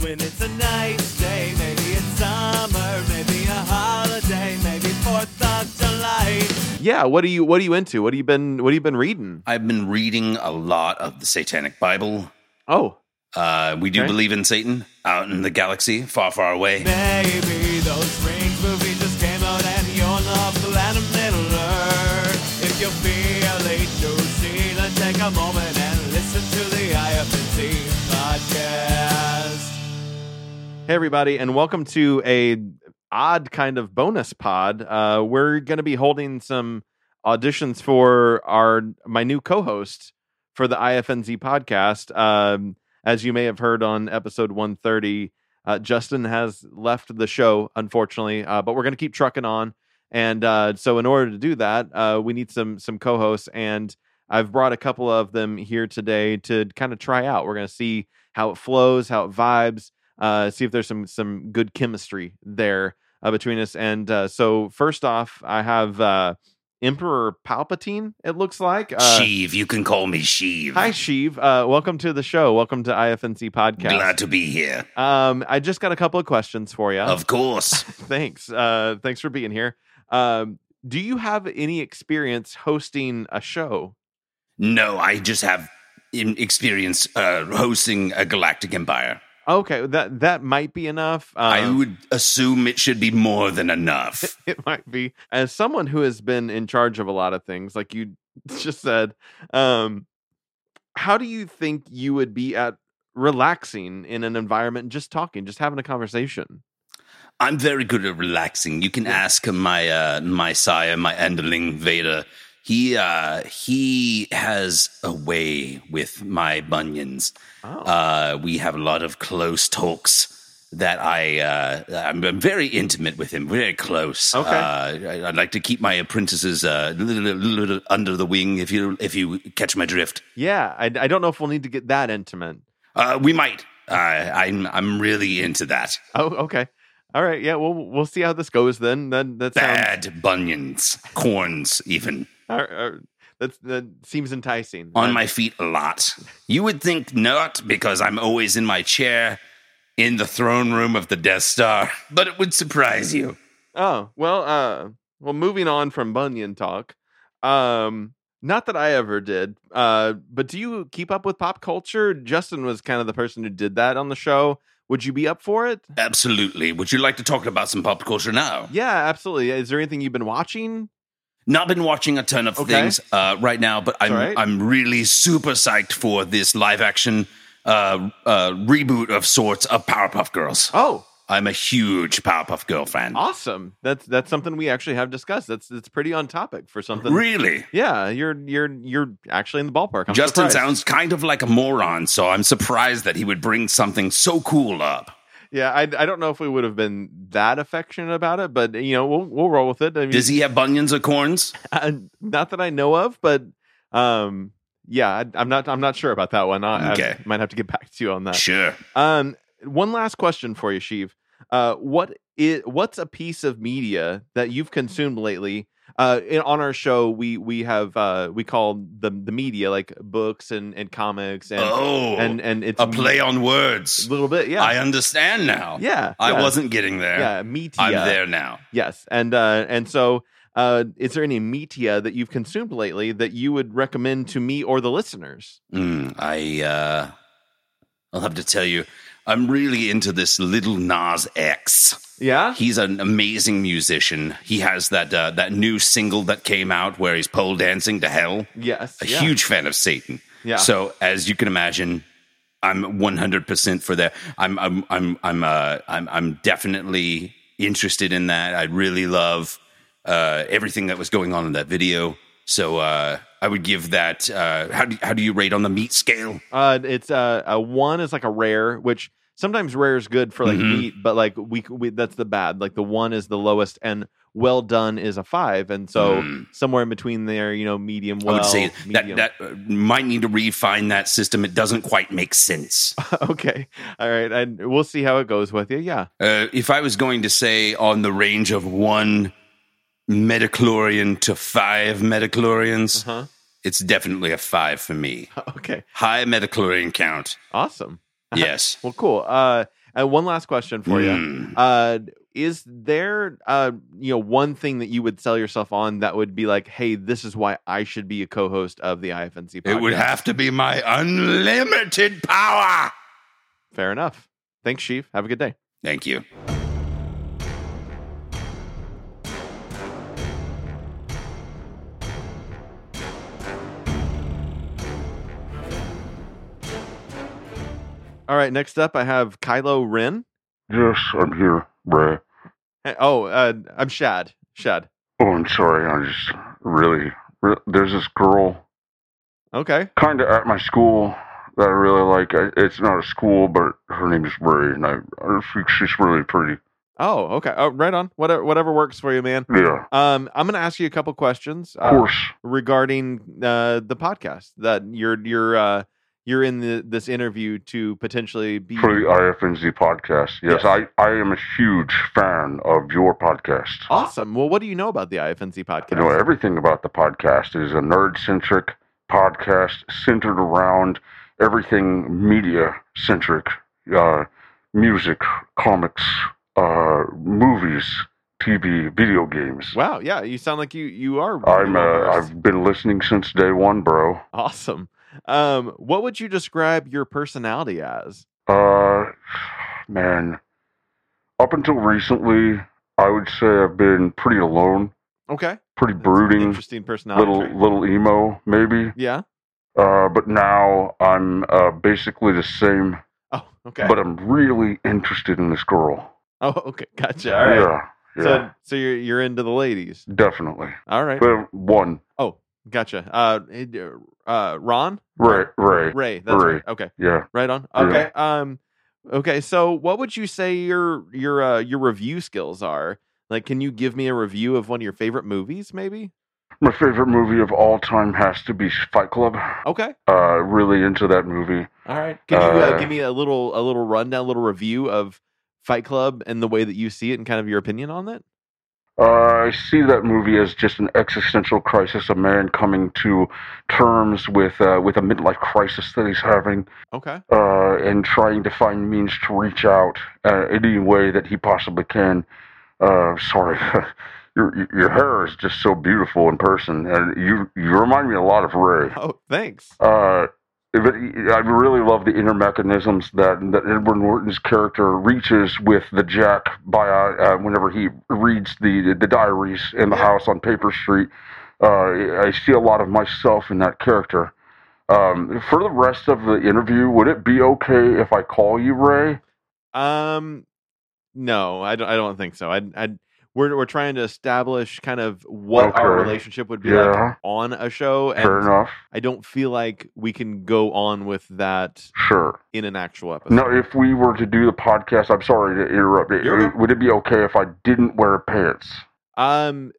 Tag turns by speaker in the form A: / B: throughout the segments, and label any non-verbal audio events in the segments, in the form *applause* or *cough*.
A: When it's a nice day, maybe it's summer, maybe a holiday, maybe Fourth of July.
B: Yeah, what are you what are you into? What have you been what have you been reading?
C: I've been reading a lot of the Satanic Bible.
B: Oh,
C: Uh, we do
B: Okay.
C: believe in Satan out in the galaxy, far, far away.
A: Maybe those rings movies just came out and you're not glad I'm little earth. If you feel late to see, then take a moment and listen to the IFNC podcast.
B: hey everybody, and welcome to a odd kind of bonus pod. Uh, we're going to be holding some auditions for our my new co-host for the IFNZ podcast. Um, as you may have heard on episode 130, uh, Justin has left the show, unfortunately, uh, but we're going to keep trucking on. And uh, so, in order to do that, uh, we need some some co-hosts, and I've brought a couple of them here today to kind of try out. We're going to see how it flows, how it vibes, uh, see if there's some some good chemistry there uh, between us. And uh, so, first off, I have uh, Emperor Palpatine. It looks like uh,
C: Sheev, you can call me Sheev.
B: Hi, Sheev. Uh, welcome to the show. Welcome to IFNC
C: Glad
B: Podcast.
C: to be here.
B: Um, I just got a couple of questions for you. *laughs*
C: Of course.
B: thanks. Uh, thanks for being here. Um, do you have any experience hosting a show?
C: No, I just have in- experience uh, hosting a galactic empire.
B: Okay, that that might be enough. Um,
C: I would assume it should be more than enough.
B: *laughs* it might be as someone who has been in charge of a lot of things, like you *laughs* just said. Um, how do you think you would be at relaxing in an environment, just talking, just having a conversation?
C: I'm very good at relaxing. You can ask my uh, my sire, my underling Vader. He uh, he has a way with my bunions.
B: Oh.
C: Uh, we have a lot of close talks that I uh, I'm, I'm very intimate with him, very close.
B: Okay.
C: uh, I, I'd like to keep my apprentices uh, a little, little, little under the wing. If you if you catch my drift,
B: Yeah, I, I don't know if we'll need to get that intimate.
C: uh, we might. Uh, I'm I'm really into that.
B: Oh, okay. All right. Yeah, we'll we'll see how this goes then. Then that sounds
C: Bad bunions, corns, even.
B: all right, all right. that's that seems enticing.
C: on
B: Uh,
C: my feet a lot. You would think not, because I'm always in my chair in the throne room of the Death Star, but it would surprise you.
B: Oh, well, uh well moving on from Bunyan talk. Um not that I ever did. Uh but do you keep up with pop culture? Justin was kind of the person who did that on the show. Would you be up for it?
C: Absolutely. Would you like to talk about some pop culture now?
B: Yeah, absolutely. Is there anything you've been watching?
C: Not been watching a ton of
B: Okay.
C: things uh, right now, but I'm
B: all right.
C: I'm really super psyched for this live action uh, uh, reboot of sorts of Powerpuff Girls.
B: Oh,
C: I'm a huge Powerpuff Girl fan.
B: awesome. That's that's something we actually have discussed. That's it's pretty on topic for something
C: Really.
B: Yeah, you're you're you're actually in the ballpark. I'm
C: Justin
B: surprised.
C: sounds kind of like a moron, so I'm surprised that he would bring something so cool up.
B: Yeah, I, I don't know if we would have been that affectionate about it, but you know we'll we'll roll with it. I mean,
C: Does he have bunions or corns?
B: uh, not that *laughs* I know of, but um, yeah, I, I'm not I'm not sure about that one. I, I
C: Okay.
B: might have to get *laughs* back to you on that.
C: Sure.
B: Um, one last question for you, Sheev. Uh, what is what's a piece of media that you've consumed lately? Uh, in, on our show, we we have uh we call the the media like books and and comics and
C: oh,
B: and and it's
C: a play on
B: a
C: words.
B: little bit, yeah.
C: I understand now.
B: yeah,
C: I
B: yeah.
C: wasn't getting there.
B: Yeah, uh, media.
C: I'm there now.
B: Yes, and uh, and so uh, is there any media that you've consumed lately that you would recommend to me or the listeners?
C: Mm, I, uh, I'll have to tell you, I'm really into this little Nas X.
B: Yeah.
C: He's an amazing musician. He has that uh, that new single that came out where he's pole dancing to hell.
B: Yes.
C: a
B: yeah.
C: huge fan of Satan.
B: Yeah.
C: So as you can imagine, I'm 100% for that. I'm I'm I'm I'm uh I'm I'm definitely interested in that. I really love uh everything that was going on in that video. So uh I would give that uh how do how do you rate on the meat scale?
B: Uh, it's uh, a one is like a rare, which sometimes rare is good for like
C: Mhm.
B: meat, but like we, we that's the bad. Like the one is the lowest, and well done is a five, and so
C: Mm.
B: somewhere in between there, you know, medium well.
C: I would say
B: medium.
C: that that uh, might need to refine that system. It doesn't quite make sense.
B: *laughs* okay, all right, and we'll see how it goes with you. Yeah. *laughs*
C: Uh, if I was going to say on the range of one metachlorian to five metachlorians,
B: Uh-huh.
C: it's definitely a five for me.
B: Okay. *laughs*
C: High metachlorian count.
B: Awesome.
C: Yes.
B: Well, cool. Uh, and one last question for you.
C: Mm.
B: Uh, is there uh, you know one thing that you would sell yourself on that would be like, hey, this is why I should be a co-host of the IFNC podcast?
C: It would have to be my unlimited power.
B: Fair enough. Thanks, Chief. Have a good day.
C: Thank you.
B: All right. Next up, I have Kylo Ren.
D: Yes, I'm here, bruh.
B: Hey, Oh, uh, I'm Shad. Shad.
D: Oh, I'm sorry. I just really, re- there's this girl
B: Okay.
D: kind of at my school that I really like. I, it's not a school, but her name is Ray, and I, I think she's really pretty.
B: Oh, okay. Oh, right on. Whatever, whatever works for you, man.
D: Yeah,
B: Um, I'm going to ask you a couple questions
D: of
B: uh,
D: course.
B: regarding uh, the podcast that you're you're uh, you're in the, this interview to potentially be.
D: For the IFNZ podcast. Yes,
B: Yes.
D: I, I am a huge fan of your podcast.
B: Awesome. Well, what do you know about the IFNC
D: You know,
B: podcast?
D: everything about the podcast It is a nerd centric podcast centered around everything media centric uh, music, comics, uh, movies, TV, video games.
B: Wow. Yeah, you sound like you you are.
D: I'm uh, I've been listening since day one, bro.
B: awesome. Um, what would you describe your personality as?
D: Uh, man, up until recently, I would say I've been pretty alone,
B: Okay. That's
D: pretty
B: an
D: brooding,
B: Interesting personality.
D: little
B: trait.
D: little emo maybe.
B: Yeah.
D: Uh, but now I'm uh, basically the same
B: Oh. Okay.
D: But I'm really interested in this girl.
B: oh. Okay. Gotcha. All right.
D: Yeah, yeah,
B: So so you're you're into the ladies.
D: definitely.
B: All right.
D: But one,
B: Oh, gotcha. Uh, it- uh, Ron
D: Ray, Ray,
B: Ray. That's
D: Ray.
B: right. Okay,
D: yeah.
B: right on.
D: Yeah.
B: Okay. Um, okay. So, what would you say your your uh, your review skills are? Like, can you give me a review of one of your favorite movies? Maybe.
D: My favorite movie of all time has to be Fight Club.
B: Okay.
D: Uh, really into that movie.
B: All right. Can you uh,
D: Uh,
B: give me a little a little rundown, a little review of Fight Club and the way that you see it and kind of your opinion on it?
D: Uh, I see that movie as just an existential crisis, a man coming to terms with uh, with a midlife crisis that he's having,
B: Okay.
D: uh, and trying to find means to reach out uh, any way that he possibly can. Uh, sorry, *laughs* your your hair is just so beautiful in person, and you you remind me a lot of Ray.
B: Oh, thanks.
D: Uh, but I really love the inner mechanisms that that Edward Norton's character reaches with the Jack by uh, whenever he reads the the diaries in the
B: Yeah.
D: house on Paper Street. Uh, I see a lot of myself in that character. Um, for the rest of the interview, would it be okay if I call you Ray?
B: Um, no, I don't. I don't think so. I, I, we're we're trying to establish kind of what our
D: Okay.
B: relationship would be
D: Yeah.
B: like on a show, and
D: Fair enough.
B: I don't feel like we can go on with that
D: Sure.
B: in an actual episode.
D: Now, if we were to do the podcast, I'm sorry to interrupt.
B: You're okay.
D: Would it be okay if I didn't wear pants?
B: Um,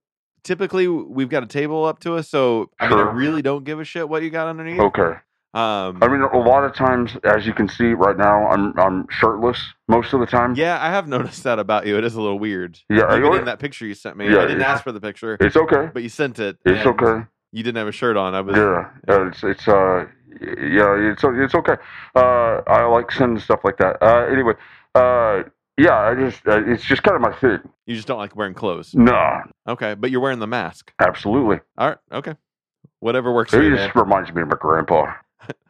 B: typically we've got a table up to us, so I mean, I
D: Sure.
B: really don't give a shit what you got underneath.
D: Okay.
B: Um,
D: I mean, a lot of times, as you can see right now, I'm I'm shirtless most of the time.
B: yeah, I have *laughs* noticed that about you. It is a little weird.
D: Yeah, I
B: Even
D: know
B: in
D: it.
B: that picture you sent me,
D: Yeah,
B: I didn't
D: yeah.
B: ask for the picture,
D: It's okay.
B: but you sent it.
D: It's
B: and
D: okay.
B: You didn't have a shirt on. I was.
D: Yeah, yeah. It's it's uh yeah. It's it's okay. Uh, I like sending stuff like that. Uh, anyway. Uh, yeah. I just uh, it's just kind of my thing.
B: You just don't like wearing clothes.
D: Nah,
B: Okay, but you're wearing the mask.
D: absolutely.
B: All right. Okay. Whatever works for
D: It
B: you.
D: just
B: man.
D: reminds me of my grandpa.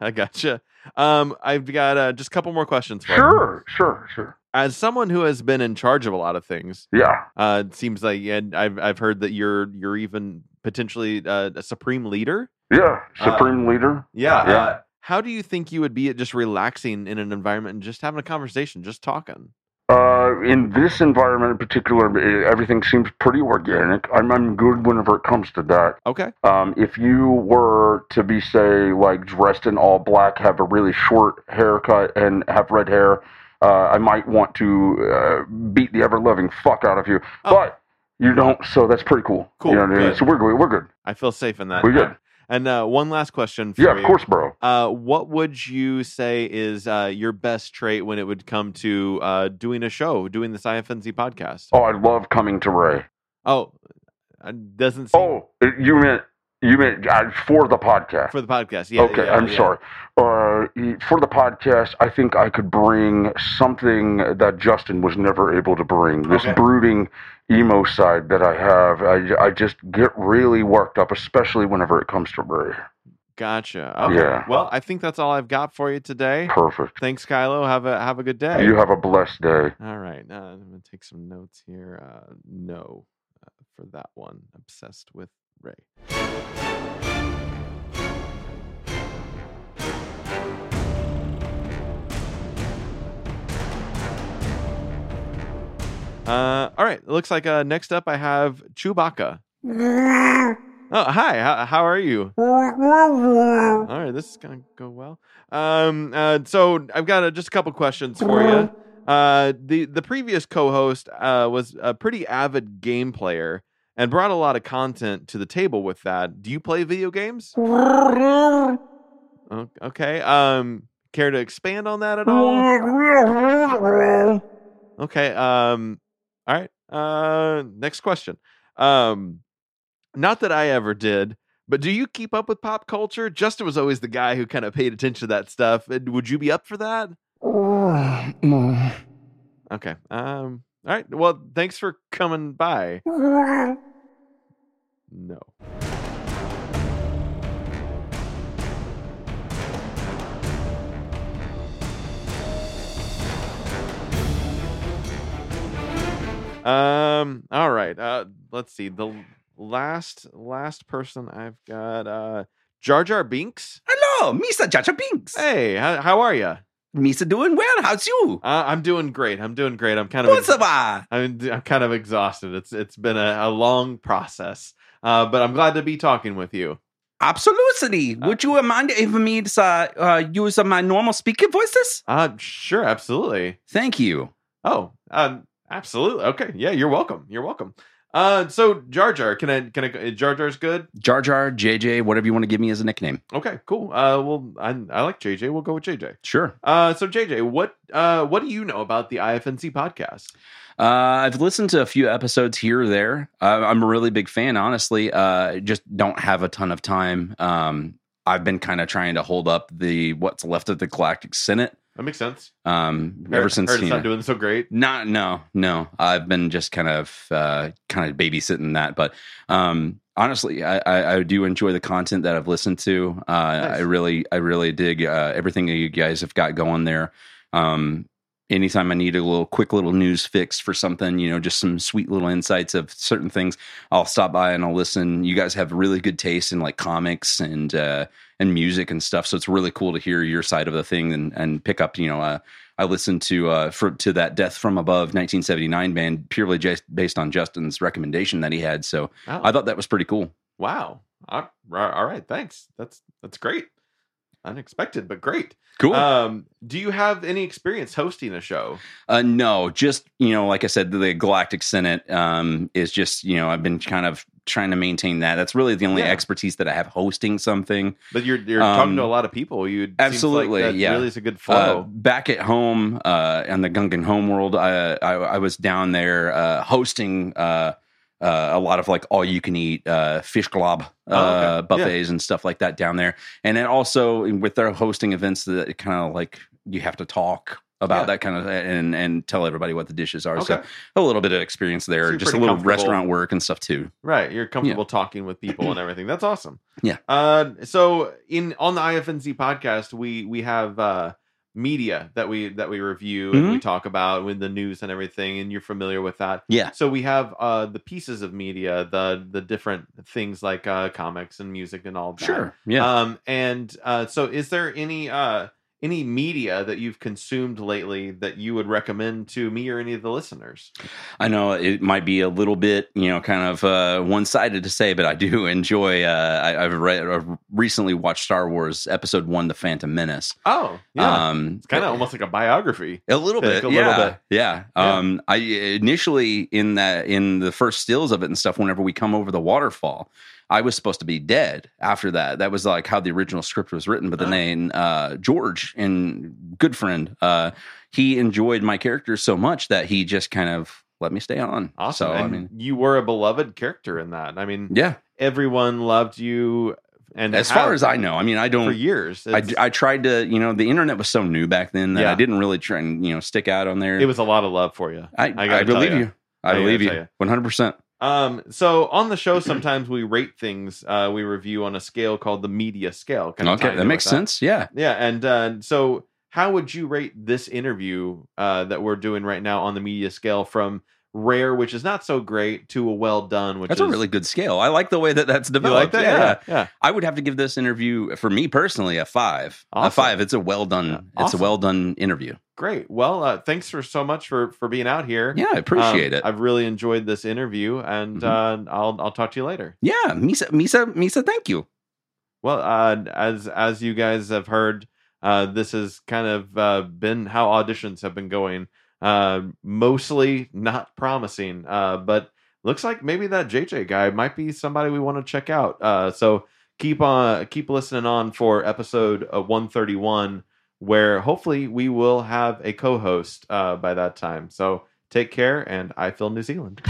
B: I gotcha. Um, I've got uh, just a couple more questions for you.
D: Sure, sure, sure.
B: As someone who has been in charge of a lot of things,
D: Yeah.
B: uh, it seems like and I've I've heard that you're you're even potentially uh, a supreme leader.
D: Yeah.
B: Uh,
D: Supreme leader.
B: Yeah.
D: Yeah.
B: Uh, how do you think you would be at just relaxing in an environment and just having a conversation, just talking?
D: Uh, in this environment in particular, eh, everything seems pretty organic. I'm, I'm good whenever it comes to that.
B: Okay.
D: Um, if you were to be, say, like dressed in all black, have a really short haircut, and have red hair, uh, I might want to uh, beat the ever loving fuck out of you.
B: Oh.
D: But you don't, so that's pretty cool.
B: Cool,
D: You know what I mean?
B: good.
D: So we're good. We're good.
B: I feel safe in that.
D: We're good.
B: And uh, one last question for
D: Yeah,
B: you.
D: of course, bro.
B: Uh, what would you say is uh, your best trait when it would come to uh, doing a show, doing this IFNZ podcast?
D: Oh, I love coming to Ray.
B: Oh, it doesn't seem.
D: Oh, you meant You mean uh, for the podcast?
B: for the podcast. Yeah.
D: okay,
B: yeah,
D: I'm
B: yeah.
D: sorry. Uh, for the podcast, I think I could bring something that Justin was never able to bring. This
B: Okay.
D: brooding emo side that I have, I, I just get really worked up, especially whenever it comes to Ray.
B: Gotcha. Okay.
D: Yeah.
B: Well, I think that's all I've got for you today.
D: Perfect.
B: Thanks, Kylo. Have a have a good day.
D: You have a blessed day.
B: All right. Uh, I'm going to take some notes here. Uh, no uh, for that one. Obsessed with Ray. Uh, all right. Looks like uh, next up I have Chewbacca. Oh, hi. How, how are you? All right. This is going to go well. Um, uh, so I've got uh just a couple questions for you. Uh, the the previous co-host uh, was a pretty avid game player and brought a lot of content to the table with that. Do you play video games? O- Okay. Um, care to expand on that at all? Okay. Um, all right. Uh, next question. Um, not that I ever did, but do you keep up with pop culture? Justin was always the guy who kind of paid attention to that stuff. Uh, Would you be up for that? Okay. Um. All right. Well, thanks for coming by. No. Um. All right. Uh. Let's see. The l- last last person I've got. Uh. Jar Jar Binks.
C: Hello, Misa Jaja Binks.
B: Hey. How, how are you? Uh,
C: Misa doing well. How's you?
B: I'm doing great. I'm doing great. I'm kind of.
C: What's up? ah?
B: I'm, d- I'm kind of exhausted. It's it's been a, a long process, uh, but I'm glad to be talking with you.
C: Absolutely.
B: Uh.
C: Would you mind if me to uh, uh, use uh, my normal speaker voices?
B: Uh, sure, absolutely.
C: Thank you.
B: Oh, um, absolutely. Okay, yeah, you're welcome. You're welcome. Uh, so Jar Jar, can I can I Jar Jar's good?
C: Jar Jar, JJ, whatever you want to give me as a nickname.
B: Okay, cool. Uh, well, I I like JJ. We'll go with JJ.
C: Sure.
B: Uh, so JJ, what uh what do you know about the IFNC podcast?
C: Uh, I've listened to a few episodes here or there. Uh, I'm a really big fan, honestly. Uh, just don't have a ton of time. Um, I've been kind of trying to hold up the what's left of the Galactic Senate
B: That makes sense.
C: um,
B: Heard-
C: ever since.
B: heard it's
C: you know-
B: not doing so great.
C: Not no no. I've been just kind of uh, kind of babysitting that, but um, honestly, I, I, I do enjoy the content that I've listened to. Uh, I really I really dig uh, everything that you guys have got going there. Um, anytime I need a little quick little news fix for something, you know, just some sweet little insights of certain things, I'll stop by and I'll listen. You guys have really good taste in like comics and uh, and music and stuff, so it's really cool to hear your side of the thing and and pick up you know. Uh, I listened to uh, for, to that Death from Above 1979 band purely just based on Justin's recommendation that he had. So
B: Oh.
C: I thought that was pretty cool.
B: Wow. All right. all right, Thanks. That's that's great. Unexpected, but great.
C: Cool. Uh,
B: Um, do you have any experience hosting a show?
C: uh, no, just you know, like I said, the Galactic Senate um, is just you know I've been kind of trying to maintain that. That's really the only
B: Yeah.
C: expertise that I have hosting something.
B: But you're you're
C: Um,
B: talking to a lot of people. You
C: absolutely,
B: Like that
C: yeah.
B: Really is a good
C: Uh,
B: flow.
C: back at home uh, on the Gungan homeworld, I, I I was down there uh, hosting uh, uh, a lot of like all you can eat uh, fish glob uh,
B: Oh, okay.
C: buffets and stuff like that down there, and then also with their hosting events that kind of like you have to talk about
B: Yeah.
C: that kind of and and tell everybody what the dishes are.
B: okay.
C: So a little bit of experience there,
B: So you're
C: just a
B: pretty
C: little
B: comfortable.
C: restaurant work and stuff too.
B: Right. You're comfortable talking with people and everything. That's awesome.
C: *clears throat* Yeah.
B: Uh, so in on the IFNC podcast, we we have uh media that we that we review and we
C: Mm-hmm.
B: talk about with the news and everything, and you're familiar with that.
C: Yeah.
B: So we have uh the pieces of media, the the different things like uh comics and music and all that.
C: Yeah.
B: Um, and uh, so, is there any uh, any media that you've consumed lately that you would recommend to me or any of the listeners?
C: I know it might be a little bit, you know, kind of uh, one sided to say, but I do *laughs* enjoy. Uh, I, I've, re- I've recently watched Star Wars Episode One: The Phantom Menace.
B: Oh, yeah,
C: Um,
B: it's kind of almost like a biography.
C: a little
B: Like
C: bit,
B: a little
C: yeah,
B: bit.
C: yeah.
B: Yeah.
C: Um, I initially in that in the first stills of it and stuff. Whenever we come over the waterfall, I was supposed to be dead after that. That was like how the original script was written. But then
B: Oh.
C: they, uh, George and good friend, uh, he enjoyed my character so much that he just kind of let me stay on.
B: Awesome.
C: So,
B: and
C: I mean,
B: you were a beloved character in that. I mean,
C: yeah.
B: everyone loved you. And
C: as far
B: have
C: as I know, I mean, I
B: for
C: don't.
B: years,
C: I,
B: It's-
C: I tried to, you know, the internet was so new back then that
B: Yeah.
C: I didn't really try and you know stick out on there.
B: it was a lot of love for you.
C: I,
B: gotta
C: I, believe
B: tell
C: you.
B: ya. I
C: I,
B: gotta
C: believe
B: tell ya.
C: you. One hundred percent.
B: Um, so on the show, sometimes we rate things. Uh, we review on a scale called the media scale. Kinda
C: Okay,
B: tying
C: that
B: in
C: makes
B: with that.
C: sense. Yeah.
B: Yeah, and uh, so how would you rate this interview uh, that we're doing right now on the media scale from rare, which is not so great, to a well done, which
C: That's
B: is
C: a really good scale. I like the way that that's
B: you like
C: developed.
B: that?
C: Yeah.
B: yeah. yeah.
C: I would have to give this interview for me personally a five. A
B: Awesome.
C: five. It's a well done.
B: Yeah,
C: It's a
B: awesome.
C: well done interview.
B: Great. Well, uh, thanks for so much for for being out here.
C: Yeah, I appreciate
B: Um,
C: it. Mm-hmm.
B: I've really enjoyed this interview, and uh, I'll I'll talk to you later.
C: yeah, Misa, Misa, Misa. Thank you.
B: Well, uh, as as you guys have heard, uh, this has kind of uh, been how auditions have been going. Uh, mostly not promising, uh, but looks like maybe that JJ guy might be somebody we want to check out. Uh, so keep on keep listening on for episode uh, 131, where hopefully we will have a co-host uh, by that time. So take care, and I feel New Zealand.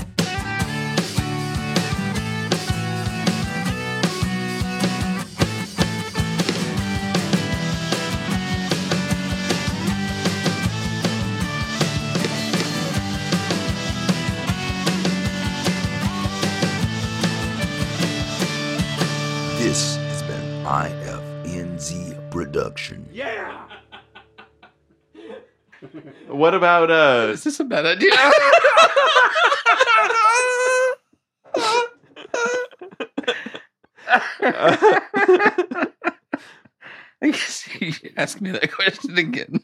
E: This has been IFNZ Production.
B: What about uh?
C: Is this a bad idea? I guess you asked me that question again.